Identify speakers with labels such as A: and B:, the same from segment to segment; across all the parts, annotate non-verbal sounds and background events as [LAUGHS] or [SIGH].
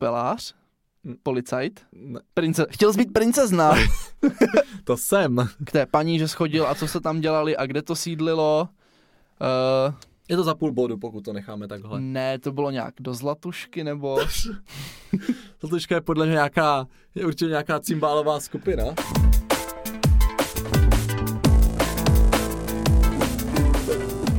A: popelář, policajt,
B: Ne,
A: prince, chtěl jsi být princezna
B: to jsem.
A: k té paní, že schodil a co se tam dělali a kde to sídlilo. Uh,
B: Je to za půl bodu, pokud to necháme takhle.
A: ne, to bylo nějak do Zlatušky
B: [LAUGHS]
A: nebo...
B: Zlatuška je podle mě nějaká, je určitě nějaká cymbálová skupina.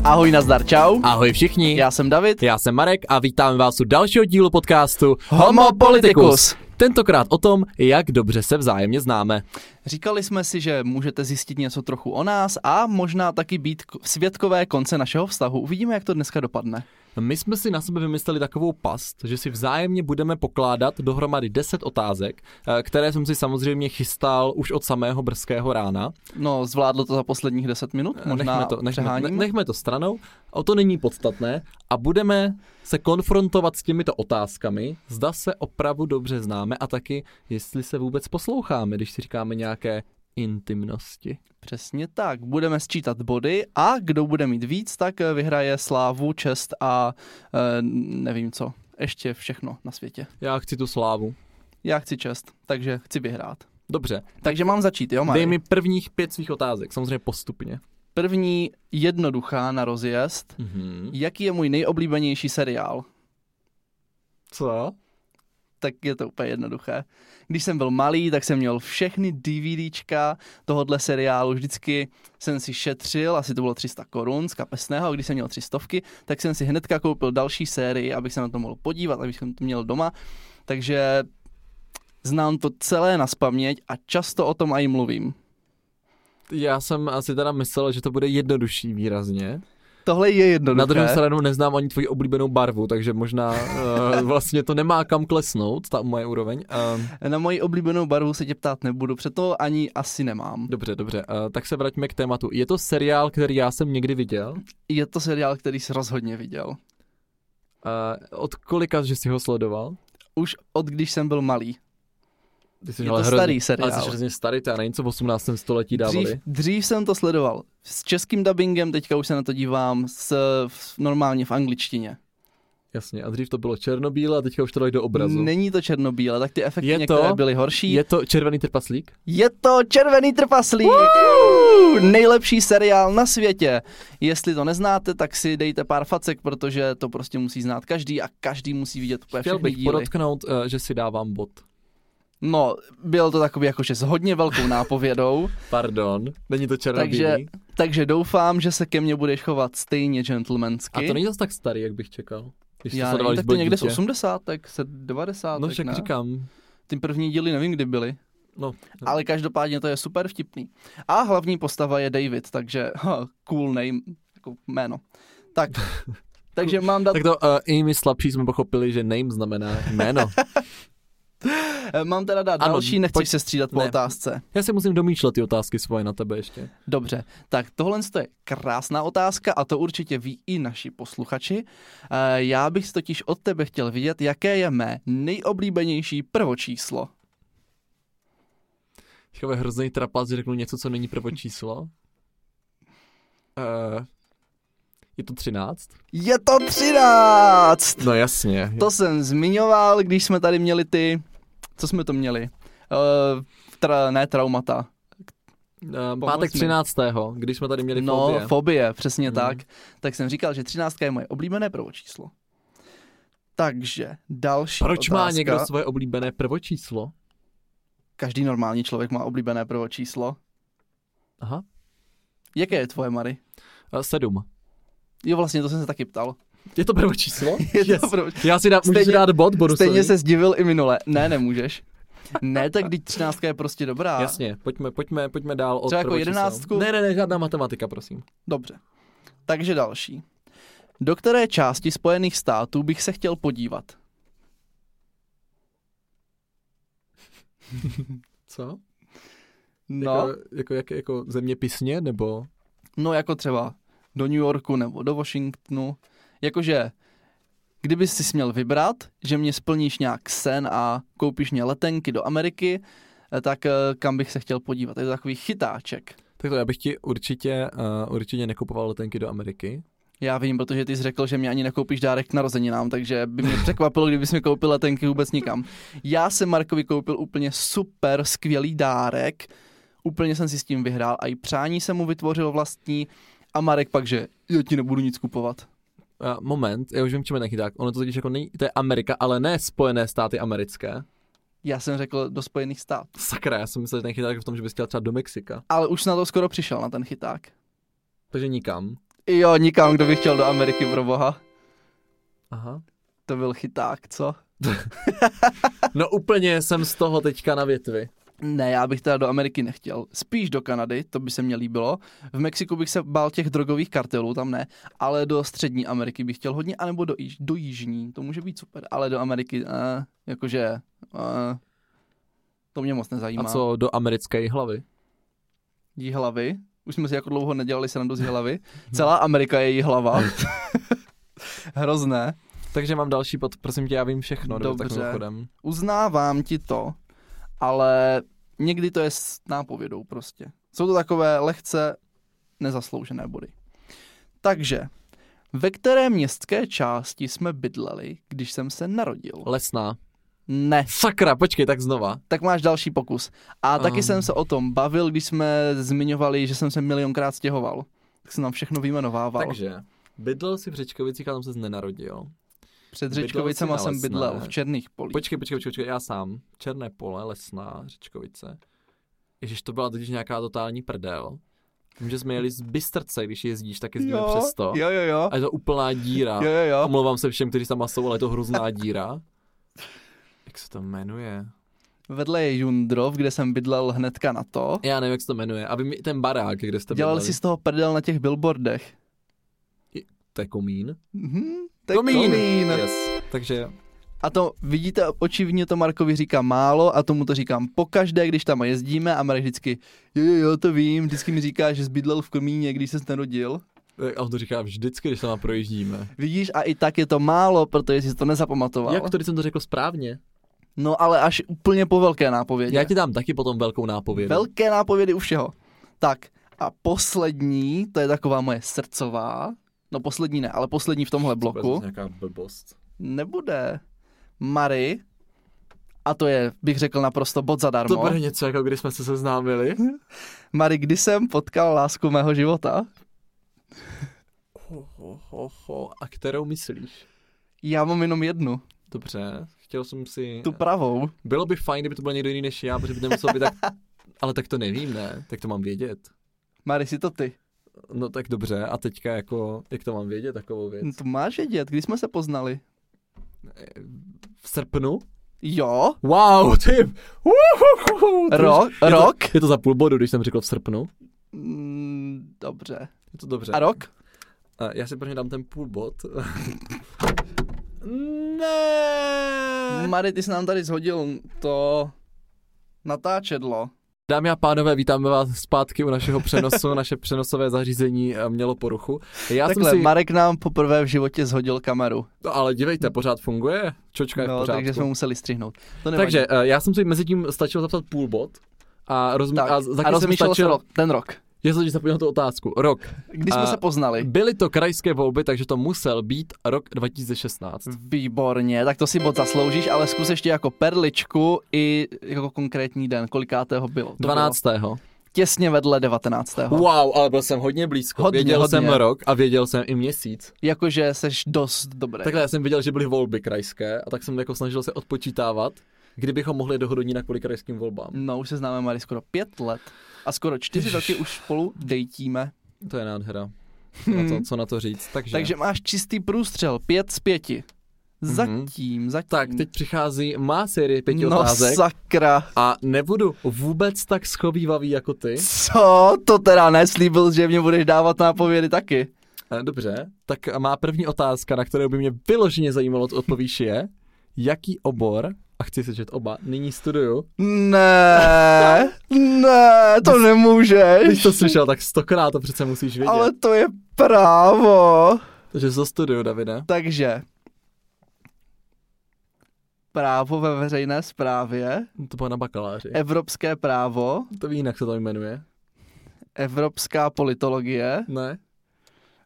A: Ahoj, nazdar, čau.
B: Ahoj všichni.
A: Já jsem David.
B: Já jsem Marek a vítáme vás u dalšího dílu podcastu
A: Homo Politicus.
B: Tentokrát o tom, jak dobře se vzájemně známe.
A: Říkali jsme si, že můžete zjistit něco trochu o nás a možná taky být k- svědkové konce našeho vztahu. Uvidíme, jak to dneska dopadne.
B: My jsme si na sebe vymysleli takovou past, že si vzájemně budeme pokládat dohromady 10 otázek, eh, které jsem si samozřejmě chystal už od samého brzkého rána.
A: No, zvládlo to za posledních 10 minut, možná
B: nechme, to, nechme,
A: přeháníme.
B: ne- nechme to stranou, o to není podstatné a budeme se konfrontovat s těmito otázkami, zda se opravdu dobře známe a taky, jestli se vůbec posloucháme, když si říkáme nějaké intimnosti.
A: Přesně tak, budeme sčítat body a kdo bude mít víc, tak eh, vyhraje slávu, čest a e, nevím co, ještě všechno na světě.
B: Já chci tu slávu.
A: Já chci čest, takže chci vyhrát.
B: Dobře,
A: Takže mám začít, jo,
B: dej
A: Mari?
B: mi prvních pět svých otázek, samozřejmě postupně.
A: První jednoduchá na rozjezd.
B: Mhm.
A: Jaký je můj nejoblíbenější seriál?
B: Co?
A: tak je to úplně jednoduché. Když jsem byl malý, tak jsem měl všechny DVDčka tohohle seriálu. Vždycky jsem si šetřil, asi to bylo 300 korun z kapesného, a když jsem měl 300, tak jsem si hnedka koupil další sérii, abych se na to mohl podívat, abych to měl doma. Takže znám to celé na spaměť a často o tom i mluvím.
B: Já jsem asi teda myslel, že to bude jednodušší výrazně.
A: Tohle je
B: Na druhou
A: jednoduché.
B: stranu neznám ani tvoji oblíbenou barvu, takže možná [LAUGHS] uh, vlastně to nemá kam klesnout, ta moje úroveň. Uh,
A: Na moji oblíbenou barvu se tě ptát nebudu, proto ani asi nemám.
B: dobře, dobře, uh, tak se vraťme k tématu. Je to seriál, který já jsem někdy viděl?
A: Je to seriál, který jsi rozhodně viděl.
B: Uh, od kolika, že jsi ho sledoval?
A: Už od když jsem byl malý.
B: Ty jsi
A: Je
B: ale
A: to
B: hrozně-
A: starý
B: Ale jsi
A: seriál.
B: hrozně starý, to já nevím, co v 18. století dávali.
A: Dřív, dřív jsem to sledoval s českým dubbingem, teďka už se na to dívám s, v, normálně v angličtině.
B: Jasně, a dřív to bylo černobílé a teďka už to dají do obrazu.
A: Není to černobíle, tak ty efekty
B: Je to-
A: některé byly horší. Je,
B: Je to červený trpaslík?
A: je to Červený trpaslík! Nejlepší seriál na světě. Jestli to neznáte, tak si dejte pár facek, protože to prostě musí znát každý a každý musí vidět úplně
B: Chtěl
A: všechny
B: bych
A: díly.
B: podotknout, eh, že si dávám bod.
A: No, byl to takový jakože s hodně velkou
B: [LAUGHS]
A: nápovědou,
B: Pardon, není to černobílý.
A: takže, takže doufám, že se ke mně budeš chovat stejně
B: A
A: gentlemansky.
B: to není zas tak starý, jak bych čekal. Když
A: Já
B: to
A: nevím,
B: sledoval,
A: tak
B: když
A: to
B: byl
A: někde z
B: dítě.
A: 80, tak se 90,
B: No
A: tak
B: však
A: ne.
B: říkám,
A: Ty první díly nevím, kdy byly.
B: no,
A: Ale každopádně to je super vtipný. A hlavní postava je David, takže ha, cool name, jako jméno.
B: [LAUGHS]
A: Tak, takže mám dát,
B: tak to uh, i my slabší jsme pochopili, že name znamená jméno.
A: eh, mám teda dát
B: Ano,
A: další, nechci
B: pojď.
A: se střídat po
B: Ne.
A: otázce.
B: Já si musím domýšlet ty otázky svoje na tebe ještě.
A: Dobře, tak tohle je krásná otázka a to určitě ví i naši posluchači. Eh, Já bych totiž od tebe chtěl vidět, jaké je mé nejoblíbenější prvočíslo.
B: Chové Jako hrozný trapas, že řeknu něco, co není prvočíslo. Uh, je to 13?
A: Je to 13!
B: No jasně.
A: To jsem zmiňoval, když jsme tady měli ty, co jsme to měli? Uh, tra, ne traumata.
B: Uh,
A: Pomoc mi.
B: pátek 13. Když jsme tady měli
A: no,
B: fobie.
A: fobie, přesně
B: Mhm.
A: tak. Tak jsem říkal, že třináctka je moje oblíbené prvočíslo. Takže další
B: Proč
A: otázka.
B: má někdo svoje oblíbené prvočíslo?
A: Každý normální člověk má oblíbené prvočíslo.
B: Aha,
A: Jaké je tvoje, Mary?
B: uh, sedm.
A: Jo, vlastně to jsem se taky ptal.
B: Je to prvočíslo?
A: [LAUGHS] Je to
B: [LAUGHS] Yes.
A: prvo...
B: Já si dám, můžu
A: Stejně-
B: si dát bod bonusový.
A: Stejně se zdivil i minule. Ne, nemůžeš. Ne, tak když třináctka je prostě dobrá.
B: Jasně, pojďme, pojďme, pojďme dál od
A: Třeba jako
B: prvočísla.
A: jedenáctku?
B: Ne, ne, ne, žádná matematika, prosím.
A: Dobře. Takže další. Do které části Spojených států bych se chtěl podívat?
B: Co?
A: No,
B: Jako, jako, jak, jako zeměpisně, nebo?
A: no jako třeba do New Yorku nebo do Washingtonu. Jakože, kdyby si měl vybrat, že mě splníš nějak sen a koupíš mě letenky do Ameriky, eh, tak eh, kam bych se chtěl podívat? Je to takový chytáček.
B: eh, Tak to já bych ti určitě, uh, určitě nekupoval letenky do Ameriky.
A: Já vím, protože ty jsi řekl, že mě ani nekoupíš dárek k narozeninám, takže by mě překvapilo, kdybys mi koupil letenky vůbec nikam. Já jsem Markovi koupil úplně super, skvělý dárek, úplně jsem si s tím vyhrál a i přání jsem mu vytvořil vlastní a Marek pak, že já ti nebudu nic kupovat.
B: A Eh, moment, já už vím, čem je ten chyták. Ono to totiž jako není, to je Amerika, ale ne Spojené státy americké.
A: Já jsem řekl do Spojených států,
B: Sakra, já jsem myslel, že ten chyták je v tom, že bys chtěl třeba do Mexika.
A: ale už na to skoro přišel na ten chyták.
B: Takže nikam.
A: Jo, nikam, kdo by chtěl do Ameriky pro boha.
B: Aha.
A: To byl chyták, co?
B: No úplně jsem z toho teďka na větvi.
A: Ne, já bych teda do Ameriky nechtěl. Spíš do Kanady, to by se mně líbilo. V Mexiku bych se bál těch drogových kartelů, tam ne. Ale do střední Ameriky bych chtěl hodně, anebo do, již, do jižní, to může být super. Ale do Ameriky, eh, jakože, eh, to mě moc
B: A
A: nezajímá.
B: co do americké hlavy?
A: Jí hlavy. Už jsme si jako dlouho nedělali srandu z jí
B: [LAUGHS]
A: hlavy. Celá Amerika je jí hlava. Hrozné.
B: Takže mám další pod, prosím tě, já vím všechno. nebo
A: No, Dobře.
B: takovým Chodem.
A: uznávám ti to, ale někdy to je s nápovědou prostě. Jsou to takové lehce nezasloužené body. Takže, ve které městské části jsme bydleli, když jsem se narodil?
B: Lesná.
A: Ne,
B: Sakra, počkej, tak znova.
A: tak máš další pokus. A taky
B: Ehm.
A: jsem se o tom bavil, když jsme zmiňovali, že jsem se milionkrát stěhoval. Tak jsem nám všechno vyjmenovával. Takže,
B: Takže, bydlel si v Řečkovicích a tam ses nenarodil.
A: Před
B: bydlel
A: Řečkovicema
B: jsi na
A: jsem bydlel
B: Lesné.
A: v Černých polích.
B: Počkej, počkej, počkej, počkej, já sám. Černé pole, lesná, Řečkovice. Ježiš, to byla totiž nějaká totální prdel. Vím, že jsme jeli z Bystrce, když jezdíš, tak jezdíme
A: jo,
B: přes to.
A: jo, jo, jo.
B: A je to úplná díra.
A: Jo, jo, jo.
B: Omlouvám se všem, kteří tam jsou, ale je to hrozná díra. Jak se to jmenuje?
A: Vedle je Jundrov, kde jsem bydlel hnedka na to.
B: Já nevím, jak se to jmenuje. A vím i ten barák, kde jste
A: Dělal
B: bydleli.
A: jsi z toho prdel na těch billboardech.
B: To je komín.
A: Mhm, to je komín.
B: Yes. Takže
A: A to vidíte, očivně to Markovi říká málo a tomu to říkám pokaždé, když tam jezdíme a Marek vždycky, jo, jo, jo, to vím, vždycky mi říká, že zbydlel v komíně, když se narodil.
B: a on to eh, říká vždycky, když se tam projíždíme.
A: Vidíš, a i tak je to málo, protože jsi to nezapamatoval.
B: Jak to, když jsem to řekl správně?
A: No ale až úplně po velké nápovědi.
B: Já ti dám taky potom velkou nápovědu.
A: Velké nápovědy u všeho. Tak a poslední, to je taková moje srdcová, no poslední ne, ale poslední v tomhle bloku.
B: nějaká blbost.
A: Nebude. Mary. A to je, bych řekl, naprosto bod zadarmo.
B: To bude něco, jako když jsme se seznámili.
A: Mary, kdy jsem potkal lásku mého života?
B: Ho, ho, ho, ho. A kterou myslíš?
A: Já mám jenom jednu,
B: Dobře, chtěl jsem si...
A: tu pravou.
B: Bylo by fajn, kdyby to byl někdo jiný než já, protože by nemusel být tak... [LAUGHS] Ale tak to nevím, ne? Tak to mám vědět.
A: Mary, si to ty.
B: No tak dobře, a teďka jako, jak to mám vědět, takovou věc?
A: No to máš vědět, kdy jsme se poznali.
B: V srpnu?
A: Jo,
B: Wow, ty! Uhuhuhu, to už-
A: rok,
B: je to,
A: rok.
B: Je to za půl bodu, když jsem řekl v srpnu.
A: Mm, Dobře.
B: Je to dobře.
A: A rok?
B: A já si pro ně dám ten půl bod. [LAUGHS] ne!
A: Mary, ty jsi nám tady zhodil to natáčedlo.
B: Dámy a pánové, vítáme vás zpátky u našeho přenosu. [LAUGHS] Naše přenosové zařízení eh, mělo poruchu. Já
A: Takhle,
B: jsem si...
A: Marek nám poprvé v životě zhodil kameru.
B: No, ale dívejte, pořád funguje. Čočka je v
A: No,
B: pořádku.
A: takže jsme museli střihnout. To nevadí.
B: takže eh, já jsem si mezi tím stačil zapsat půl bod. A, rozum...
A: tak.
B: a, z- taky
A: a
B: jsem
A: rozmýšlel
B: stačil...
A: jsem rok, ten rok.
B: Já jsem si zapomněl tu otázku. Rok.
A: Kdy jsme
B: A-
A: se poznali?
B: Byly to krajské volby, takže to musel být rok 2016.
A: Výborně, tak to si bod zasloužíš, ale zkus ještě jako perličku i jako konkrétní den, kolikátého bylo. To
B: 12.
A: Bylo těsně vedle 19. Wow.
B: Wow, ale byl jsem hodně blízko.
A: Hodně,
B: věděl
A: hodně.
B: jsem rok a věděl jsem i měsíc.
A: Jakože seš dost dobrý.
B: Takhle já jsem věděl, že byly volby krajské a tak jsem jako snažil se odpočítávat, kdybychom mohli dohodnout na kvůli krajským volbám.
A: No, už se známe, Mary, skoro pět let. A skoro čtyři
B: Ježiš.
A: roky už spolu dejtíme.
B: To je nádhera. Na to, co na to říct. Takže,
A: Mm. Takže máš čistý průstřel, pět z pěti. Zatím, zatím.
B: Mhm. tak, teď přichází má série pěti
A: no
B: otázek
A: sakra.
B: a nebudu vůbec tak schovývavý jako ty.
A: Co? To teda neslíbil, že mě budeš dávat nápovědy taky.
B: Eh, Dobře, tak má první otázka, na kterou by mě vyloženě zajímalo, co odpovíš je, jaký obor, a chci sečet oba, nyní studuju,
A: Ne,
B: [LAUGHS]
A: ne, to
B: když
A: nemůžeš.
B: to slyšel, tak stokrát to přece musíš vědět,
A: Ale to je právo.
B: takže to studuju, Davide.
A: Takže právo ve veřejné správě,
B: To bylo na bakaláři.
A: evropské právo,
B: To ví, jinak se to jmenuje.
A: evropská politologie,
B: Ne?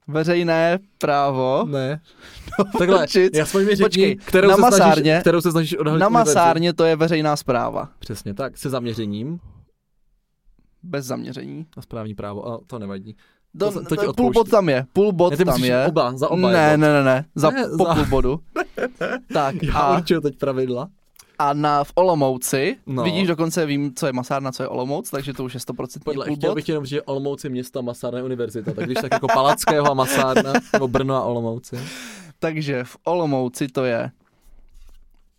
A: veřejné právo.
B: Ne. [LAUGHS] Takhle,
A: určit.
B: jasně mi řekni,
A: No. Počkej,
B: kterou,
A: na
B: se
A: masárně-
B: snažíš, kterou se snažíš odhalit.
A: Na
B: univerzitu.
A: masárně to je veřejná zpráva.
B: Přesně tak, se zaměřením
A: Bez zaměření.
B: na správní právo, a to nevadí.
A: Do,
B: To-
A: to,
B: to ti
A: to, půl
B: odpouští.
A: bod tam je, půl bod
B: Já ty
A: tam
B: musíš
A: je.
B: oba, za oba
A: ne,
B: je bod.
A: ne, ne, ne, za
B: Ne,
A: po
B: za-
A: půl
B: [LAUGHS]
A: bodu. tak
B: Já
A: a,
B: určuju teď pravidla.
A: a na, v Olomouci,
B: No.
A: no. vidíš dokonce vím, co je masárna, co je Olomouc, takže to už je 100%
B: Podle,
A: půl
B: chtěl
A: bod.
B: bych jenom říct, že Olomouc je města Masárna univerzita,
A: [LAUGHS]
B: tak když tak jako Palackého a Masárna, nebo Brno a Olomouci.
A: Takže v Olomouci to je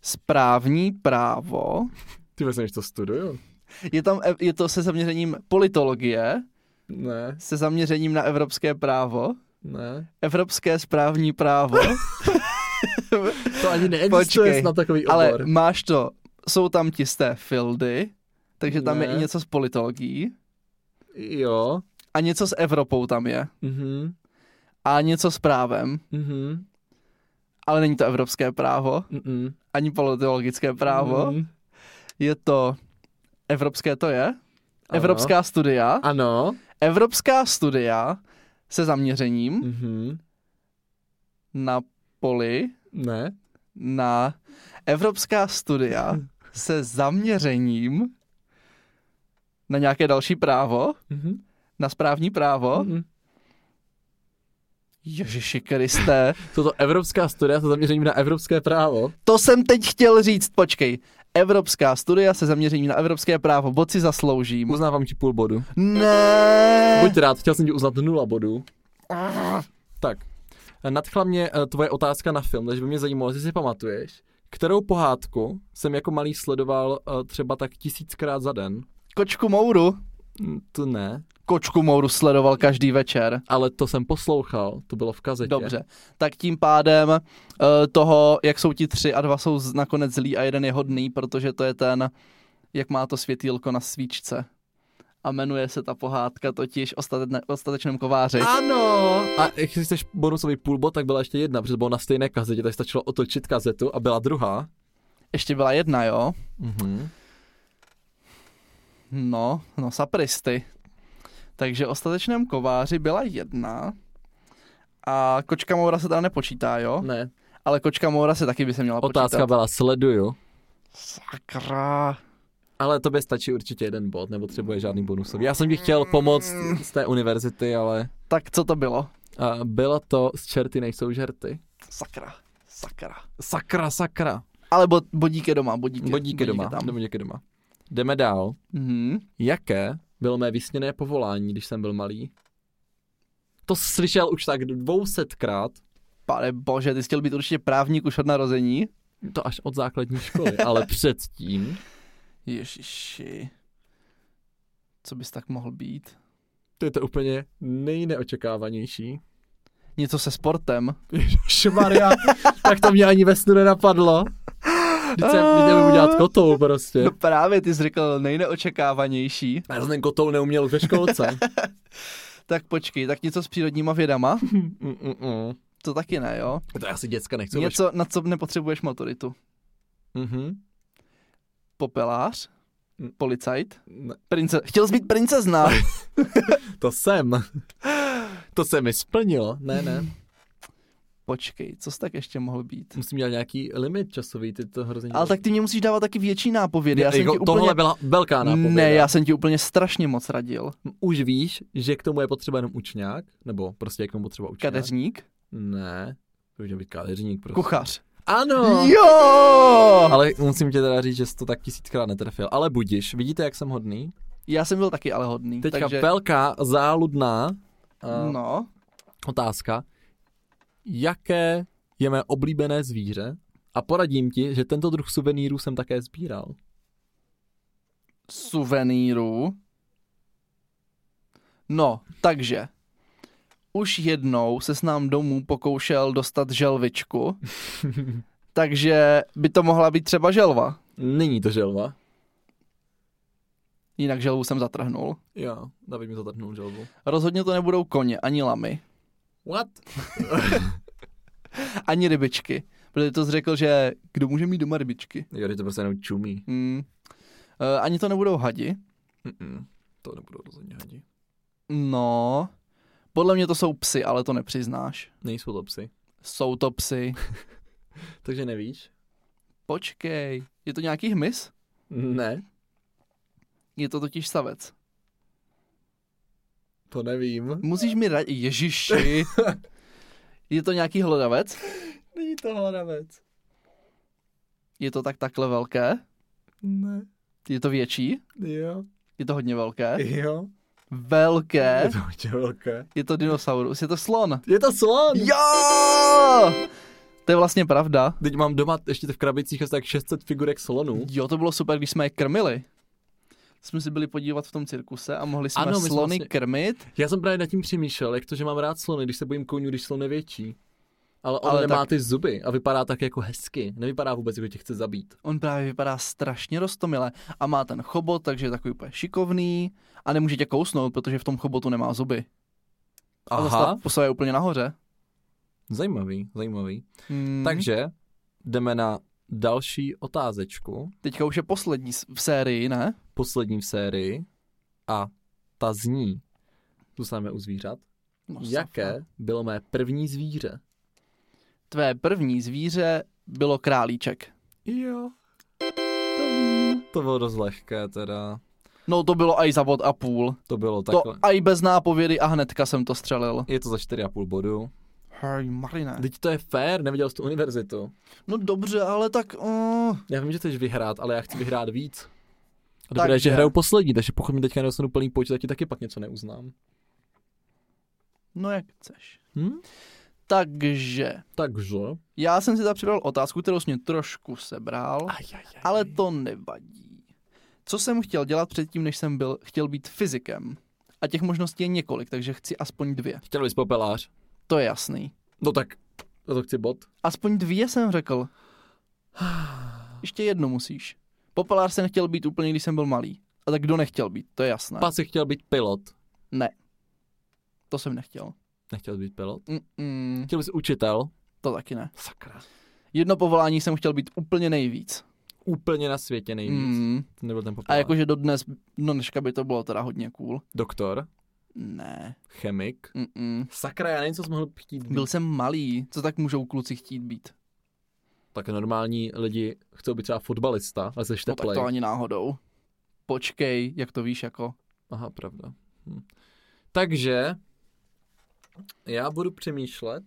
A: správní právo,
B: Ty
A: vlastně,
B: myslím, že to studuju?
A: je tam, e- je to se zaměřením politologie,
B: Ne,
A: se zaměřením na evropské právo,
B: ne.
A: evropské správní
B: [LAUGHS]
A: právo,
B: To ani neexistuje
A: Počkej,
B: snad takový
A: ale
B: obor.
A: máš to, jsou tam ti z té fildy, takže tam je
B: Ne.
A: i něco s politologií
B: Jo.
A: a něco s Evropou tam je
B: Mhm,
A: a něco s právem,
B: mhm,
A: ale není to evropské právo,
B: mhm.
A: ani politologické právo,
B: Mhm.
A: je to evropské to je,
B: Ano.
A: evropská studia,
B: Ano.
A: evropská studia se zaměřením
B: Mhm.
A: na poli
B: Ne.
A: na evropská studia se zaměřením na nějaké další právo,
B: Mhm.
A: na správní právo.
B: Mhm.
A: Ježiši Kriste,
B: Jsou to evropská studia se zaměřením na evropské právo.
A: to jsem teď chtěl říct, počkej. Evropská studia se zaměřením na evropské právo, bod si zasloužím.
B: Uznávám ti půl bodu.
A: Ne.
B: Buď rád, chtěl jsem ti uznat nula bodů. Tak, nadchla mě eh, tvoje otázka na film, takže by mě zajímalo, jestli si pamatuješ, kterou pohádku jsem jako malý sledoval eh, třeba tak tisíckrát za den.
A: Kočku Mouru.
B: Hm, To ne,
A: Kočku Mouru sledoval každý večer.
B: ale to jsem poslouchal, to bylo v kazetě.
A: Dobře, tak tím pádem eh, toho, jak jsou ti tři a dva jsou z- nakonec zlí a jeden je hodný, protože to je ten, jak má to světýlko na svíčce. A jmenuje se ta pohádka totiž o statečne- o statečném kováři.
B: Ano! A jestli chceš bonusový půlbod, tak byla ještě jedna, protože bylo na stejné kazetě, tak stačilo otočit kazetu a byla druhá.
A: Ještě byla jedna, jo?
B: Mhm.
A: No, no sapristy. Takže o statečném kováři byla jedna a kočka Moura se teda nepočítá, jo?
B: Ne,
A: Ale kočka Moura se taky by se měla
B: No. otázka
A: počítat.
B: byla sleduju,
A: Sakra.
B: ale tobě stačí určitě jeden bod, nebo třeba žádný bonusový. Já jsem ti chtěl pomoct z té univerzity, ale
A: Tak co to bylo?
B: A byla to z čerty nejsou žerty.
A: Sakra, sakra.
B: Sakra, sakra.
A: Ale bod, bodík je doma, bodík je,
B: Díky, bodíky doma.
A: Tam.
B: Nebo díky doma. Jdeme dál.
A: Mhm.
B: Jaké bylo mé vysněné povolání, když jsem byl malý? To jsi slyšel už tak dvousetkrát,
A: Pane bože, ty jsi chtěl být určitě právník už od narození.
B: to až od základní [LAUGHS] školy, ale předtím.
A: Ježiši. Co bys tak mohl být?
B: To je to úplně nejneočekávanější.
A: Něco se sportem.
B: Šmaria, tak to mě ani ve snu nenapadlo. Vždyť jsem vždyť neumím udělat kotou prostě.
A: No právě, ty jsi řekl nejneočekávanější.
B: Já jsem ten kotou neuměl ve školce.
A: Tak počkej, tak něco s přírodníma vědama?
B: Mm, mm, mm.
A: To taky ne, jo?
B: To já si děcka nechci ve
A: Něco, na co nepotřebuješ maturitu.
B: Mhm.
A: Popelář?
B: Mm.
A: Policajt?
B: Ne,
A: Prince... Chtěl jsi být princezna?
B: to jsem. To se mi splnilo. Ne, ne.
A: Počkej, co jsi tak ještě mohl být?
B: Musím dělat nějaký limit časový, ty to hrozně...
A: Ale tak ty mě musíš dávat taky větší nápovědy. Já jsem
B: jako,
A: ti
B: tohle
A: úplně...
B: byla velká nápověda.
A: Ne, já jsem ti úplně strašně moc radil.
B: Už víš, že k tomu je potřeba jenom učňák? Nebo prostě je k tomu potřeba učňák?
A: Kadeřník?
B: Ne. To by měl být kadeřník prostě.
A: Kuchař.
B: Ano!
A: Jo!
B: Ale musím tě teda říct, že jsi to tak tisíckrát netrefil. Ale budíš, vidíte, jak jsem hodný?
A: Já jsem byl taky ale hodný.
B: Teďka
A: takže...
B: velká, záludná uh, no.
A: No,
B: otázka. Jaké je mé oblíbené zvíře? A poradím ti, že tento druh suvenýrů jsem také sbíral.
A: suvenýrů. No, takže. Už jednou se s nám domů pokoušel dostat
B: [LAUGHS]
A: želvičku, takže by to mohla být třeba želva.
B: Není to želva.
A: Jinak želvu jsem zatrhnul.
B: Jo, David mi zatrhnul želvu.
A: Rozhodně to nebudou koně, ani lamy,
B: What?
A: ani rybičky. Protože to jsi řekl, že kdo může mít doma rybičky?
B: Jo, to prostě jenom čumí.
A: Hmm. E, ani to nebudou hadi.
B: Mm-mm, to nebudou rozhodně hadi.
A: No, Podle mě to jsou psy, ale to nepřiznáš.
B: Nejsou to psy.
A: Jsou to psy.
B: Takže nevíš?
A: Počkej, je to nějaký hmyz?
B: Ne,
A: Je to totiž savec.
B: to nevím.
A: Musíš mi radit. Ježiši. Je to nějaký hlodavec?
B: Není to hladavec.
A: Je to tak takhle velké?
B: Ne.
A: Je to větší?
B: Jo.
A: Je to hodně
B: Eh.
A: velké?
B: Jo.
A: Velké.
B: Je to [LAUGHS] hodně velké.
A: Je to dinosaurus, je to slon.
B: Je to slon!
A: Jo! To je vlastně pravda.
B: Teď mám doma ještě v krabicích asi tak 600 figurek slonů.
A: Jo, to bylo super, když jsme je krmili. Jsme si byli podívat v tom cirkuse a mohli jsme
B: Ano, my jsme
A: slony
B: vlastně-
A: krmit.
B: Já jsem právě nad tím přemýšlel, jak to, že mám rád slony, když se bojím koní, když slon je větší. Ale on
A: Ale
B: ale nemá
A: tak-
B: tak... ty zuby a vypadá tak jako hezky. Nevypadá vůbec, jako tě chce zabít.
A: On právě vypadá strašně roztomile a má ten chobot, takže je takový úplně šikovný a nemůže tě kousnout, protože v tom chobotu nemá zuby. A zase ta posa je úplně nahoře.
B: zajímavý, zajímavý.
A: Hmm.
B: Hmm. Takže jdeme na další otázečku,
A: Teďka už je poslední s- v sérii, ne?
B: poslední v sérii. A ta zní, zůstaneme u zvířat,
A: No, sakra.
B: jaké bylo mé první zvíře?
A: Tvé první zvíře bylo králíček.
B: Jo. To bylo dost lehké teda.
A: No to bylo aj za bod a půl.
B: To bylo
A: Takhle.
B: takhle.
A: To aj bez nápovědy a hnedka jsem to střelil.
B: Je to za 4,5 bodu.
A: Hej, Marine.
B: Teď to je fair, neviděl jsi tu univerzitu.
A: No dobře, ale tak... Uh...
B: Já vím, že chceš vyhrát, ale já chci vyhrát víc. A
A: Takže-
B: dobré, takže... že hraju poslední, takže pokud mi teďka nedostanu plný počet, tak ti taky pak něco neuznám.
A: No jak chceš.
B: Hm?
A: Takže,
B: Takže.
A: já jsem si tam přidal otázku, kterou jsi mě trošku sebral,
B: Ajajaj.
A: ale to nevadí. Co jsem chtěl dělat předtím, než jsem byl, chtěl být fyzikem? A těch možností je několik, takže chci aspoň dvě.
B: Chtěl bys popelář?
A: To je jasný.
B: No tak, za to chci bod.
A: Aspoň dvě jsem řekl. Ještě jednu musíš. Popelář jsem chtěl být úplně, když jsem byl malý. A tak kdo nechtěl být, to je jasné.
B: Pak si chtěl být pilot.
A: To jsem nechtěl.
B: Nechtěl být pilot?
A: Mm-mm,
B: Chtěl bys učitel?
A: to taky ne.
B: Sakra.
A: Jedno povolání jsem chtěl být úplně nejvíc.
B: Úplně na světě nejvíc. Mm.
A: Mm.
B: Nebyl ten
A: A
B: popelář.
A: jakože do dnes, no dneška by to bylo teda hodně cool.
B: Doktor?
A: Ne.
B: Chemik?
A: Mm-mm.
B: Sakra, já nevím, co jsem mohl chtít být.
A: Byl jsem malý, co tak můžou kluci chtít být?
B: Tak normální lidi chcou být třeba fotbalista, ale seš
A: No tak
B: teplej.
A: to ani náhodou. Počkej, jak to víš, jako.
B: Aha, pravda. Hm. Takže já budu přemýšlet,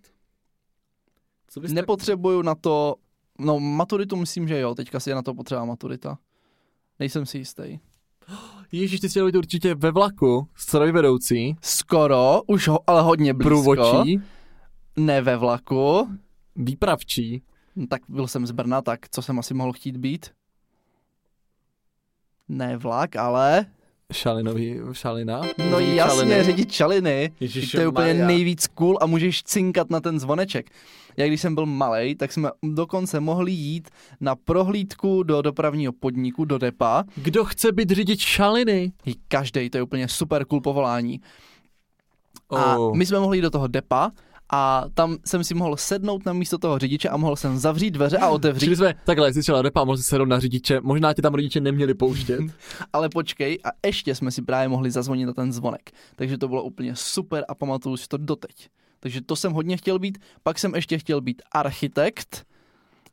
B: co bys tak...
A: Nepotřebuju na to, no maturitu myslím, že jo, teďka si je na to potřeba maturita. Nejsem si jistý.
B: Ježíš, ty jsi měl být určitě ve vlaku, strojvedoucí,
A: Skoro, už ho, ale hodně blízko.
B: průvočí,
A: Ne ve vlaku.
B: výpravčí.
A: No, tak byl jsem z Brna, tak co jsem asi mohl chtít být? Ne vlak, ale...
B: Šalinový, šalina?
A: No
B: Řidič
A: jasně,
B: šaliny.
A: řidič čaliny.
B: Ježiši,
A: to je úplně
B: Maria.
A: nejvíc cool a můžeš cinkat na ten zvoneček. Já když jsem byl malý, tak jsme dokonce mohli jít na prohlídku do dopravního podniku, do depa.
B: Kdo chce být řidič šaliny?
A: I každý, to je úplně super cool povolání. A
B: Oh.
A: my jsme mohli jít do toho depa a tam jsem si mohl sednout na místo toho řidiče a mohl jsem zavřít dveře a otevřít.
B: Šli jsme takhle, jsi šel repa, mohl jsi sednout na řidiče, možná tě tam rodiče neměli pouštět.
A: Ale počkej, a ještě jsme si právě mohli zazvonit na ten zvonek. Takže to bylo úplně super a pamatuju si to doteď. Takže to jsem hodně chtěl být, pak jsem ještě chtěl být architekt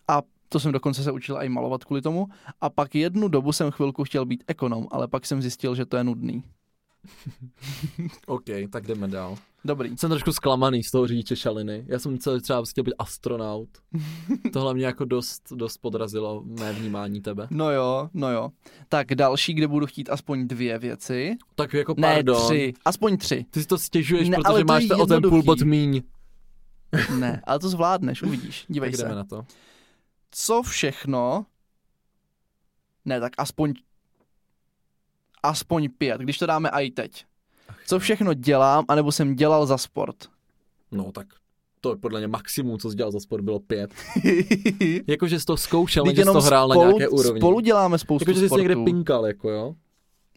A: a to jsem dokonce se učil i malovat kvůli tomu. A pak jednu dobu jsem chvilku chtěl být ekonom, ale pak jsem zjistil, že to je nudný.
B: [LAUGHS] OK, tak jdeme dál.
A: Dobrý.
B: Jsem trošku zklamaný z toho řidiče šaliny. Já jsem celý třeba chtěl být astronaut.
A: [LAUGHS]
B: Tohle mě jako dost, dost podrazilo mé vnímání tebe.
A: No jo, no jo. Tak další, kde budu chtít aspoň dvě věci.
B: Tak jako
A: Ne,
B: pardon.
A: tři. Aspoň tři.
B: Ty si to stěžuješ,
A: Ne,
B: ne,
A: ale
B: protože
A: to je
B: máš to o ten
A: jednoduchý.
B: půl bod míň.
A: Ne, ale to zvládneš, uvidíš. Dívej
B: Tak
A: se.
B: jdeme na to.
A: co všechno, ne, tak aspoň, aspoň pět, když to dáme i teď. Co všechno dělám, anebo jsem dělal za
B: [LAUGHS]
A: sport.
B: No tak to je podle mě maximum, co jsi dělal za sport, bylo pět. Jakože jsi to zkoušel,
A: Vždyť
B: že jsi to hrál
A: spolu,
B: na nějaké úrovni.
A: spolu děláme spoustu
B: Jakože jsi
A: sportů.
B: někde pinkal, jako jo.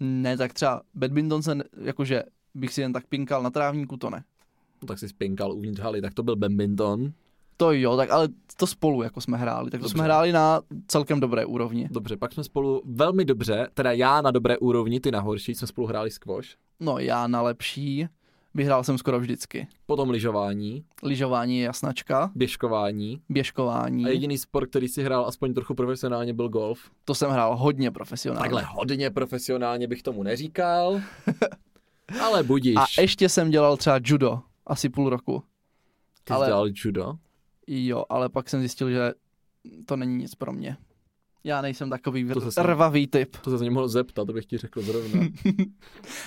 A: Ne, tak třeba badminton se, ne- jakože bych si jen tak pinkal na trávníku, to ne.
B: No, tak jsi spinkal uvnitř haly, tak to byl badminton.
A: To jo, tak ale to spolu jako jsme hráli, tak to
B: Dobře.
A: jsme hráli na celkem dobré úrovni.
B: Dobře, pak jsme spolu velmi dobře, teda já na dobré úrovni, ty na horší, jsme spolu hráli squash.
A: No já na lepší, Vyhrál jsem skoro vždycky.
B: Potom lyžování,
A: Lyžování je jasnačka,
B: běžkování.
A: běžkování.
B: A jediný sport, který si hrál aspoň trochu profesionálně, byl golf.
A: To jsem hrál hodně profesionálně.
B: Takhle hodně profesionálně bych
A: [LAUGHS]
B: tomu neříkal. Ale budíš.
A: A ještě jsem dělal třeba judo, asi půl roku.
B: Ty jsi
A: ale-
B: dělal judo?
A: Jo, ale pak jsem zjistil, že to není nic pro mě. Já nejsem takový
B: To
A: vr-
B: zase-
A: rvavý typ,
B: To se mě mohl zeptat, to bych ti
A: [LAUGHS]
B: řekl zrovna.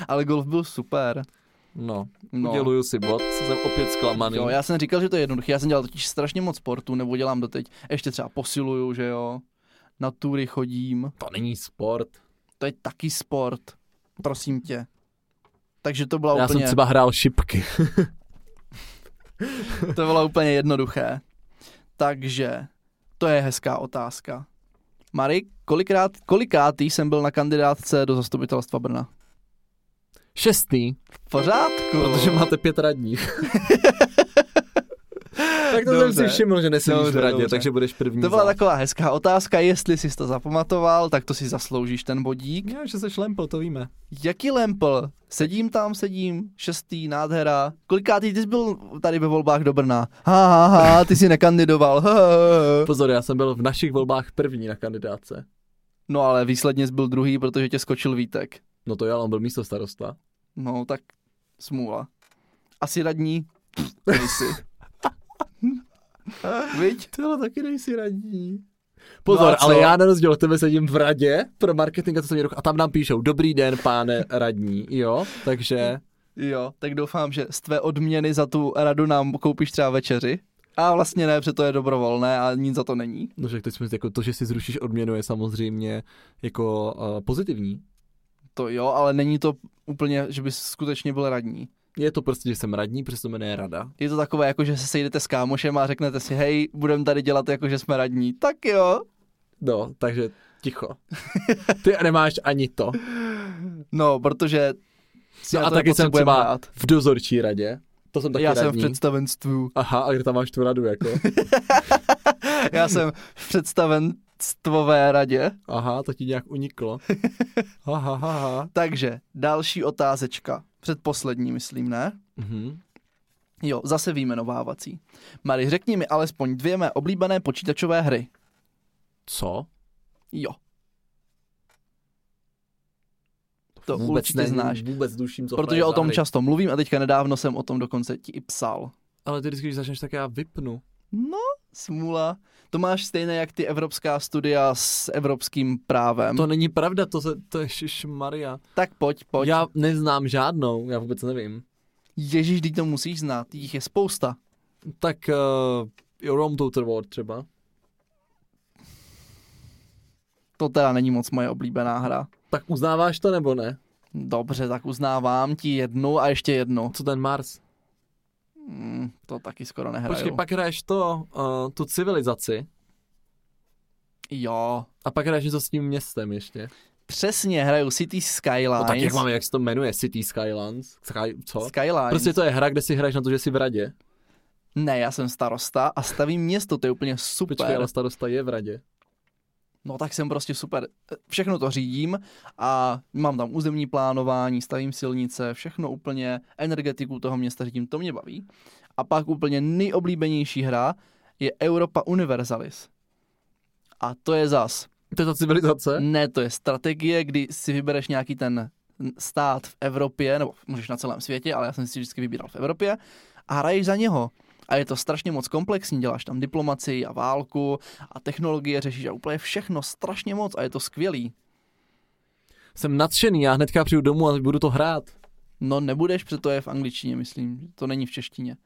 A: ale golf byl super.
B: No, no.
A: No.
B: uděluju si bod, jsem opět zklamaný.
A: Jo, já jsem říkal, že to je jednoduché. Já jsem dělal totiž strašně moc sportu, nebo dělám doteď. Ještě třeba posiluju, že jo. Na tury chodím.
B: To není sport.
A: To je taky sport. Prosím tě. Takže to byla
B: Já
A: úplně,
B: jsem třeba hrál šipky.
A: to bylo úplně jednoduché. Takže to je hezká otázka. Marik, kolikrát, kolikátý jsem byl na kandidátce do zastupitelstva Brna?
B: Šestý,
A: V pořádku.
B: protože máte
A: [LAUGHS]
B: pět radních. tak to
A: Dobře.
B: jsem si všiml, že nesedíš
A: Dobře,
B: v radě,
A: dobře.
B: takže budeš první.
A: To byla
B: za.
A: taková hezká otázka, jestli jsi to zapamatoval, tak to si zasloužíš ten bodík.
B: Jo, že se šlempl, to víme.
A: Jaký lempl? Sedím tam, sedím, šestý, nádhera. Kolikátý ty jsi byl tady ve volbách do Brna? Ha, ha, ha, ty jsi nekandidoval. [LAUGHS] Ha, ha, ha.
B: Pozor, já jsem byl v našich volbách první na kandidáce.
A: No ale výsledně jsi byl druhý, protože tě skočil Vítek.
B: No to jo, ale on byl místo starosta.
A: No tak smůla. Asi radní? Pff, Nejsi.
B: [LAUGHS]
A: Viď?
B: Ty ale taky nejsi radní. No Pozor,
A: No a co?
B: ale já na rozdíl od tebe sedím v radě pro marketing a to ruch a tam nám píšou, dobrý den, páne radní, jo, takže
A: Jo, tak doufám, že z tvé odměny za tu radu nám koupíš třeba večeři. A vlastně ne, protože to je dobrovolné a nic za to není.
B: No, že teď jsme, jako to, že si zrušíš odměnu, je samozřejmě jako uh, pozitivní.
A: To jo, ale není to úplně, že bys skutečně byl radní.
B: Je to prostě, že jsem radní, protože se jmenuje rada.
A: Je to takové, jako že se sejdete s kámošem a řeknete si, hej, budeme tady dělat, jako že jsme radní. Tak jo.
B: No, takže
A: [LAUGHS]
B: ticho. Ty nemáš ani to.
A: No, protože si
B: No
A: na
B: a
A: to
B: taky jsem
A: nepotřebujeme
B: třeba
A: hrát.
B: v dozorčí radě. To jsem taky
A: Já
B: radní.
A: jsem v představenstvu.
B: Aha, a kde tam máš tu radu,
A: [LAUGHS]
B: jako?
A: Já jsem v představenstvové radě.
B: Aha, to ti nějak
A: [LAUGHS]
B: uniklo. Ha, ha, ha, ha.
A: Takže další otázečka. Předposlední, myslím, ne?
B: Mhm.
A: Jo, zase výjmenovávací. Mary, řekni mi alespoň dvě mé oblíbené počítačové hry.
B: Co?
A: Jo, To určitě znáš.
B: Vůbec duším, co
A: protože
B: hraje
A: o
B: za
A: tom
B: hry.
A: často mluvím a teďka nedávno jsem o tom dokonce ti i psal.
B: Ale ty vždycky, když začneš, tak já vypnu.
A: No, smula. To máš stejné jak ty evropská studia s evropským právem. To...
B: To není pravda, to, se, to je Maria.
A: Tak pojď, pojď. Já...
B: Já neznám žádnou, já vůbec nevím.
A: Ježíš, teď to musíš znát, jich je spousta.
B: Tak uh, Rome Total War třeba.
A: To teda není moc moje oblíbená hra.
B: Tak uznáváš to nebo ne?
A: Dobře, tak uznávám ti jednu a ještě jednu.
B: Co ten Mars?
A: Hmm, to taky skoro nehraju.
B: Počkej, pak hraješ to, uh, tu civilizaci
A: Jo,
B: a pak hraješ něco s tím městem ještě.
A: přesně hraju City Skylines.
B: No tak jak máme, jak se to jmenuje? City Skylines? Sky, co?
A: Skylines.
B: Prostě to je hra, kde si hraješ na to, že jsi v radě.
A: Ne, já jsem starosta a stavím město, to je úplně super.
B: Počkej, ale starosta je v radě.
A: No tak jsem prostě super. Všechno to řídím a mám tam územní plánování, stavím silnice, všechno úplně, energetiku toho města řídím, to mě baví. A pak úplně nejoblíbenější hra je Europa Universalis. A to je zas,
B: To je ta civilizace?
A: ne, to je strategie, kdy si vybereš nějaký ten stát v Evropě, nebo můžeš na celém světě, ale já jsem si vždycky vybíral v Evropě a hraješ za něho. A je to strašně moc komplexní, děláš tam diplomacii a válku a technologie řešíš a úplně všechno strašně moc a je to skvělý.
B: Jsem nadšený, já hnedka přijdu domů a budu to hrát.
A: No nebudeš, protože to je v angličtině, myslím, to není v češtině.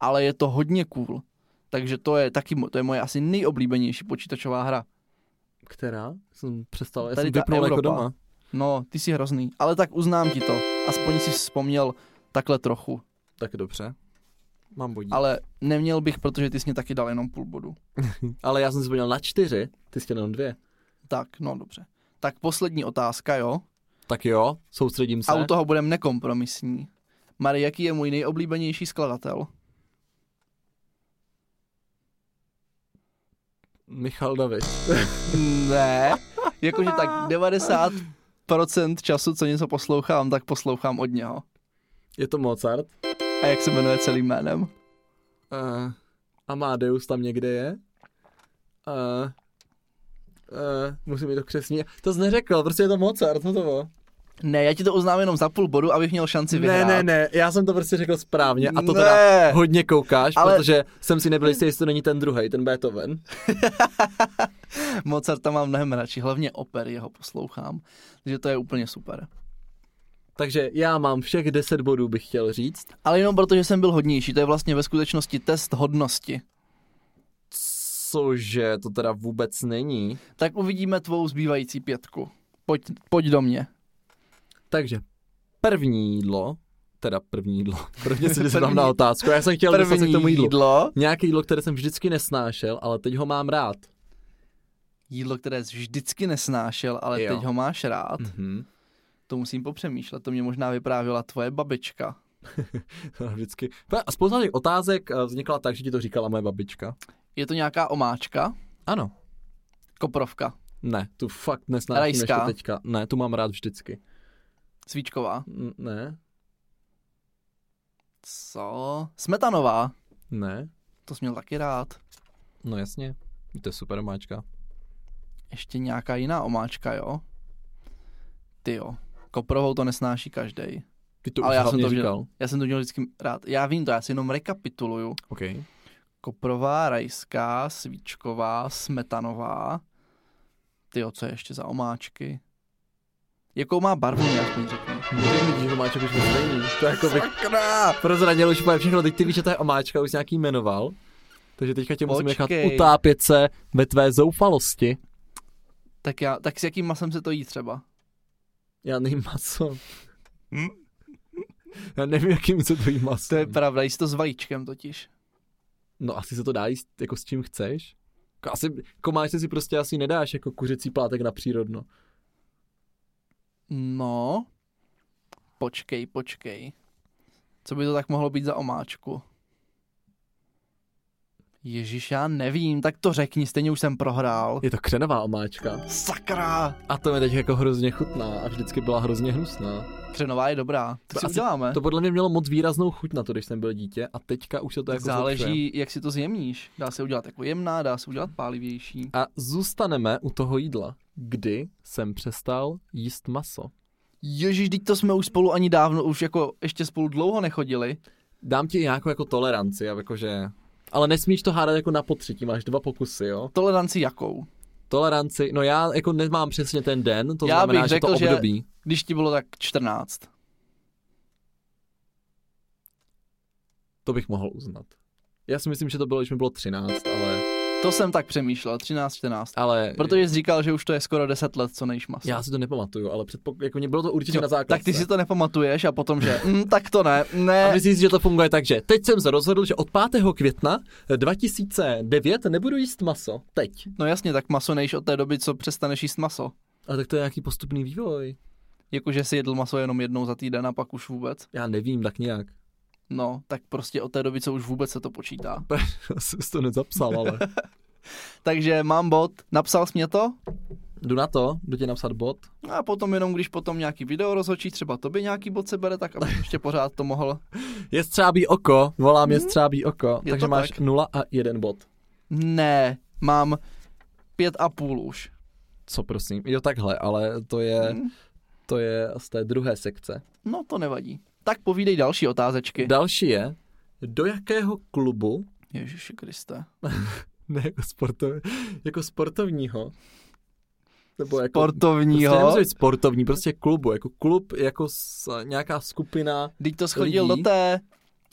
A: Ale je to hodně cool. Takže to je taky, mo- to je moje asi nejoblíbenější počítačová hra.
B: Která? Jsem přestal, já
A: Tady
B: jsem
A: ta
B: vypnul jako
A: Evropa.
B: doma.
A: No, ty jsi hrozný, ale tak uznám ti to. Aspoň jsi vzpomněl takhle trochu.
B: Tak dobře. Mám bodí. Ale,
A: Ale neměl bych, protože ty jsi mě taky dal jenom půl bodu.
B: ale já jsem si na čtyři, ty jsi jenom dvě.
A: Tak, no dobře. Tak poslední otázka, jo?
B: Tak jo, soustředím se.
A: A u toho budem nekompromisní. Mary, jaký je můj nejoblíbenější skladatel?
B: Michal David.
A: Ne. [LAUGHS] Jakože tak 90% času, co něco poslouchám, tak poslouchám od něho.
B: Je to Mozart.
A: A jak se jmenuje celým jménem?
B: Uh, Amadeus tam někde je. Uh, uh, musím mi to křesně. To jsi neřekl, prostě je to Mozart, co to bylo?
A: Ne, já ti to uznám jenom za půl bodu, abych měl šanci
B: Ne,
A: vyhrát.
B: ne, ne, já jsem to prostě řekl správně a to teda
A: Ne.
B: hodně koukáš,
A: Ale-
B: protože jsem si nebyl jistý, jestli to není ten druhý, ten Beethoven.
A: Mozarta mám mnohem radši, hlavně oper jeho poslouchám, takže to je úplně super.
B: Takže já mám všech 10 bodů, bych chtěl říct.
A: Ale jenom protože jsem byl hodnější, to je vlastně ve skutečnosti test hodnosti.
B: Cože, to teda vůbec není.
A: Tak uvidíme tvou zbývající pětku. Pojď, pojď do mě.
B: Takže první jídlo, teda první jídlo, [LAUGHS] prvně si
A: První-
B: vyzvám na otázku, já jsem chtěl dostat se k tomu jídlu.
A: jídlo.
B: Nějaké jídlo, které jsem vždycky nesnášel, ale teď ho mám rád.
A: Jídlo, které jsi vždycky nesnášel, ale
B: Jo.
A: jo. teď ho máš rád.
B: Mhm.
A: To musím popřemýšlet, to mě možná vyprávěla tvoje babička.
B: [LAUGHS] Vždycky. A spousta těch otázek eh, vznikla tak, že ti to říkala moje babička.
A: Je to nějaká omáčka?
B: Ano.
A: Koprovka.
B: Ne, tu fakt nesnáším ještě
A: Rajská?
B: teďka. Ne, tu mám rád vždycky.
A: Svíčková.
B: N- ne,
A: Co? Smetanová.
B: ne,
A: To jsi měl taky rád.
B: no jasně. To je super máčka.
A: Ještě nějaká jiná omáčka, jo? Ty jo. Koprovou to nesnáší každý.
B: Ty to
A: Ale
B: už
A: já jsem
B: hlavně
A: to vždy-
B: říkal.
A: Já jsem to měl vždycky rád. Já vím to, já si jenom rekapituluju.
B: Okay.
A: Koprová, rajská, svíčková, smetanová. Ty jo, co je ještě za omáčky? Jakou má barvu, mě aspoň řekni.
B: Vidíš, že to máček už je stejný. To je jako by
A: Sakra!
B: prozradil už úplně všechno, teď ty víš, že to je omáčka, už jsi nějaký jmenoval. Takže teďka tě musím nechat
A: Počkej.
B: utápět se ve tvé zoufalosti.
A: Tak, já, tak s jakým masem se to jí třeba?
B: Já nejím maso. Já nevím, jakým se to jí maso.
A: Hm? To je pravda, jíst to s vajíčkem totiž.
B: No asi se to dá jíst jako s čím chceš. Jako Asi komáčce si prostě asi nedáš jako kuřecí plátek na přírodno.
A: No, počkej, počkej. Co by to tak mohlo být za omáčku? Ježíš, já nevím, tak to řekni, stejně už jsem prohrál.
B: Je to křenová omáčka.
A: Sakra!
B: A to mi teď jako hrozně chutná a vždycky byla hrozně hnusná.
A: Křenová je dobrá, tak
B: To
A: si
B: asi-
A: uděláme.
B: To podle mě mělo moc výraznou chuť na to, když jsem byl dítě a teďka už se to
A: Tak
B: jako
A: záleží,
B: zlepšuje.
A: jak si to zjemníš. Dá se udělat jako jemná, dá se udělat pálivější.
B: A zůstaneme u toho jídla. Kdy jsem přestal jíst maso?
A: Ježíš, teď to jsme už spolu ani dávno, už jako ještě spolu dlouho nechodili.
B: Dám ti nějakou jako toleranci, a jakože... Ale nesmíš to hádat jako na potřetí, máš dva pokusy, jo?
A: Toleranci jakou?
B: Toleranci, no já jako nemám přesně ten den, to
A: Já
B: znamená,
A: bych
B: že
A: řekl,
B: to
A: že-
B: období.
A: Když ti bylo tak 14.
B: To bych mohl uznat. Já si myslím, že to bylo, když mi bylo 13, ale...
A: To jsem tak přemýšlel, 13, 14.
B: ale
A: Protože jsi říkal, že už to je skoro 10 let, co nejíš maso.
B: Já si to nepamatuju, ale předpok... jako mě bylo to určitě na
A: tak
B: základce.
A: ty si to nepamatuješ a potom, že mm, tak to ne,
B: A
A: ne.
B: myslíš, že to funguje tak, že teď jsem se rozhodl, že od 5. května 2009 nebudu jíst maso. Teď.
A: No jasně, tak maso nejíš od té doby, co přestaneš jíst maso.
B: A tak to je nějaký postupný vývoj.
A: Jakože si jedl maso jenom jednou za týden a pak už vůbec.
B: Já nevím, tak nějak. [LAUGHS]
A: No, tak prostě od té doby, co už vůbec se to počítá.
B: Já jsem si to nezapsal, ale...
A: Takže mám bod, napsal jsi mě to?
B: Jdu na to, jdu ti napsat bod.
A: A potom jenom, když potom nějaký video rozhočí, třeba tobě nějaký bod se bere, tak aby ještě pořád to mohl.
B: Je střábí oko, volám je střábí oko,
A: Je
B: takže
A: to
B: máš
A: tak.
B: 0 a 1 bod.
A: Ne, mám pět a půl už.
B: Co prosím? Jo takhle, ale to je,
A: Hm,
B: to je z té druhé sekce.
A: No to nevadí. Tak povídej další otázečky.
B: Další je, do jakého klubu, [LAUGHS]
A: Ježíši Kriste.
B: ne jako, sportov, jako sportovního, nebo jako, Prostě
A: Sportovního.
B: nemusí být sportovní, prostě klubu, jako klub, jako s, nějaká skupina.
A: Teď to schodil
B: lidí.
A: do té,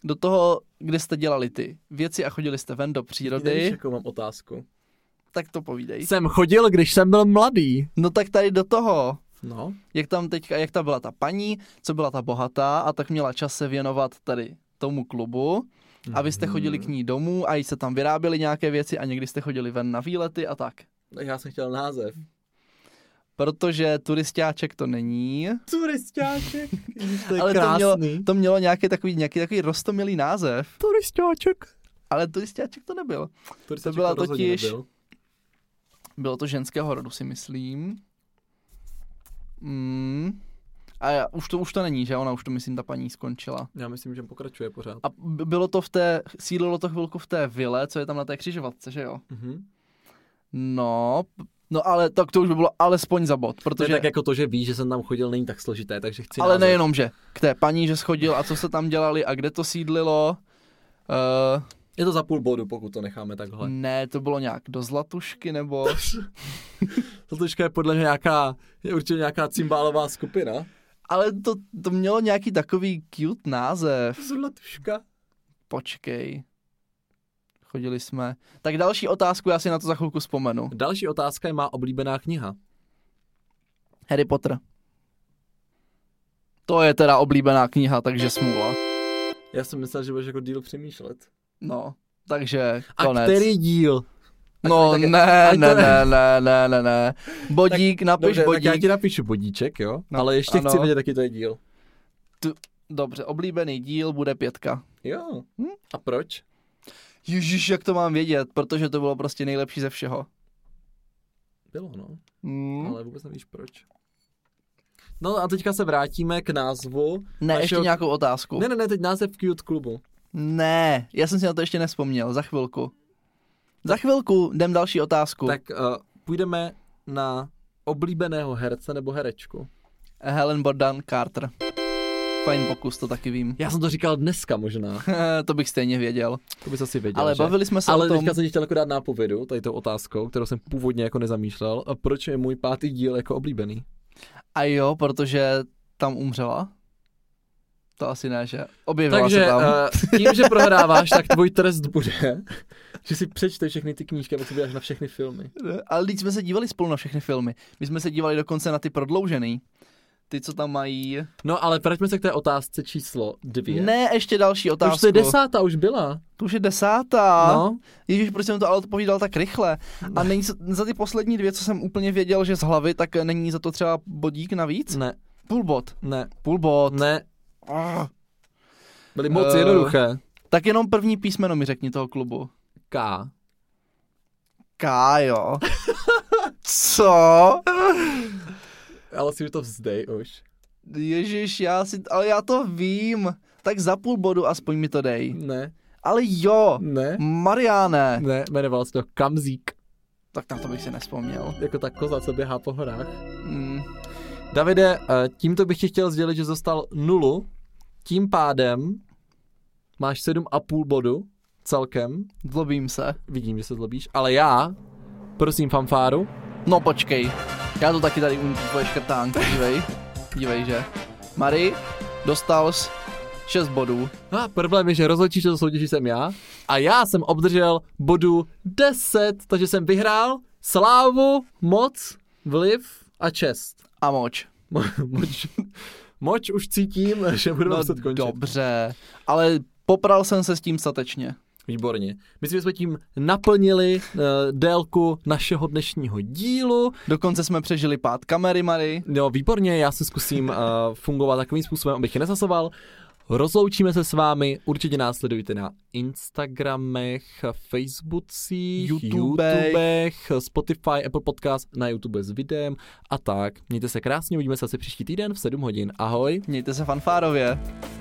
A: do toho, kde jste dělali ty věci a chodili jste ven do
B: Víš,
A: přírody,
B: jakou mám otázku?
A: tak to povídej.
B: Jsem chodil, když jsem byl mladý.
A: No tak tady do toho,
B: No,
A: jak tam teďka, jak ta byla ta paní, co byla ta bohatá a tak měla čas se věnovat tady tomu klubu a vy jste chodili
B: Mhm.
A: k ní domů a jí se tam vyráběly nějaké věci a někdy jste chodili ven na výlety a tak.
B: tak Mm. já jsem chtěl název.
A: Protože turistáček to není.
B: Turistáček. [LAUGHS] to
A: Ale
B: je Ale
A: to
B: krásný.
A: mělo- To mělo nějaký takový, nějaký takový rostomilý název,
B: Turistáček.
A: ale turistáček to nebyl.
B: Turistáček jako
A: byla
B: rozhodně
A: totiž-
B: nebyl.
A: Bylo to ženského rodu, si myslím. Mm. A já- už to, už to není, že? Ona už to, myslím, ta paní skončila.
B: Já myslím, že pokračuje pořád.
A: A b- bylo to v té, sídlilo to chvilku v té vile, co je tam na té křižovatce, že jo?
B: Mhm.
A: No, p- no ale tak to už by bylo alespoň za bod,
B: To je
A: protože...
B: tak jako to, že víš, že jsem tam chodil, není tak složité, takže chci
A: ale
B: název.
A: nejenom, že k té paní, že schodil a co se tam dělali a kde to sídlilo. Uh,
B: Je to za půl bodu, pokud to necháme takhle.
A: ne, to bylo nějak do Zlatušky nebo...
B: Zlatuška je podle mě nějaká, je určitě nějaká cymbálová skupina.
A: Ale to, to mělo nějaký takový cute název.
B: Zlatuška.
A: Počkej. Chodili jsme. Tak další otázku, já si na to za chvilku vzpomenu.
B: Další otázka je má oblíbená kniha.
A: Harry Potter. To je teda oblíbená kniha, takže smůla.
B: Já jsem myslel, že budeš jako díl přemýšlet.
A: No, takže
B: A
A: konec.
B: který díl?
A: No
B: tak-
A: ne, [LAUGHS]
B: ať to
A: ne, ne, ne,
B: ne.
A: ne, ne, ne. Bodík, napiš
B: Dobře, tak já
A: bodík.
B: ti napíšu bodíček, jo?
A: No,
B: No, Ale ještě
A: ano.
B: ano. chci vědět, jaký to je díl.
A: Dobře, oblíbený díl bude pětka.
B: Jo.
A: Hm?
B: A proč?
A: Ježíš, jak to mám vědět, protože to bylo prostě nejlepší ze všeho.
B: Bylo, no.
A: Hmm.
B: Ale vůbec nevíš proč. No a teďka se vrátíme k názvu.
A: ne, ještě
B: našeho-
A: nějakou otázku.
B: Ne, ne, ne, teď název Cute klubu.
A: Ne, já jsem si na to ještě nespomněl, za chvilku. Za chvilku jdem další otázku. Tak.
B: Tak uh, půjdeme na oblíbeného herce nebo herečku.
A: Helen Bordan Carter. Fajn pokus, to taky vím.
B: Já jsem to říkal dneska možná,
A: [LAUGHS] to bych stejně věděl.
B: to bys asi věděl,
A: Ale
B: že?
A: bavili jsme se
B: Ale
A: o tom...
B: teďka jsem ti chtěl jako dát nápovědu, tady tou otázkou, kterou jsem původně jako nezamýšlel, a proč je můj pátý díl jako oblíbený.
A: A jo, protože tam umřela. To asi ne, že? Objevila se
B: Takže
A: tam.
B: uh, tím, že prohráváš, tak tvůj trest bude, [LAUGHS] že si přečteš všechny ty knížky a potom děláš na všechny filmy.
A: Ne, Ale teď jsme se dívali spolu na všechny filmy. My jsme se dívali dokonce na ty prodloužený. Ty, co tam mají...
B: No ale vraťme se k té otázce číslo dvě.
A: Ne, ještě další
B: To
A: otázku.
B: už to je desátá, už byla.
A: To už je desátá.
B: No,
A: Ježíš, proč jsem to ale odpovídal tak rychle? A není za- za ty poslední dvě, co jsem úplně věděl, že z hlavy, tak není za to třeba bodík navíc?
B: ne,
A: Půl bod.
B: ne,
A: Půl bod.
B: ne,
A: Ah.
B: byly moc
A: Eh.
B: jednoduché.
A: Tak jenom první písmeno mi řekni toho klubu.
B: K.
A: K, jo. [LAUGHS] Co?
B: Ale si už to vzdej už.
A: Ježíš, já si, ale já to vím. Tak za půl bodu aspoň mi to dej.
B: Ne,
A: Ale jo,
B: ne,
A: Mariáne.
B: ne, jmenoval se to Kamzík.
A: Tak na to bych si nespomněl.
B: Jako ta koza, co běhá po horách.
A: Mm.
B: Davide, eh, tímto bych ti chtěl sdělit, že zostal nulu, tím pádem máš 7,5 bodu celkem,
A: Zlobím se.
B: vidím, že se zlobíš, ale já, prosím fanfáru,
A: No počkej, já to taky tady umím tvoje škrtánky, dívej, dívej, že. Mary, dostal jsi 6 bodů.
B: a problém je, že rozhodčí, že to soutěží jsem já, a já jsem obdržel bodu 10, takže jsem vyhrál slávu, moc, vliv a čest.
A: A moč.
B: Mo- Moč, moč už cítím, že budeme muset končit.
A: No, dobře, ale popral jsem se s tím statečně.
B: Výborně. Myslím, že jsme tím naplnili uh, délku našeho dnešního dílu.
A: Dokonce jsme přežili pád kamery, Mary.
B: No, výborně, já se zkusím uh, fungovat takovým způsobem, abych je nezasoval. Rozloučíme se s vámi, určitě nás sledujte na Instagramech, Facebookích,
A: YouTubech.
B: YouTubech, Spotify, Apple Podcast, na YouTube s videem a tak. Mějte se krásně, uvidíme se asi příští týden v 7 hodin. Ahoj.
A: Mějte se fanfárově.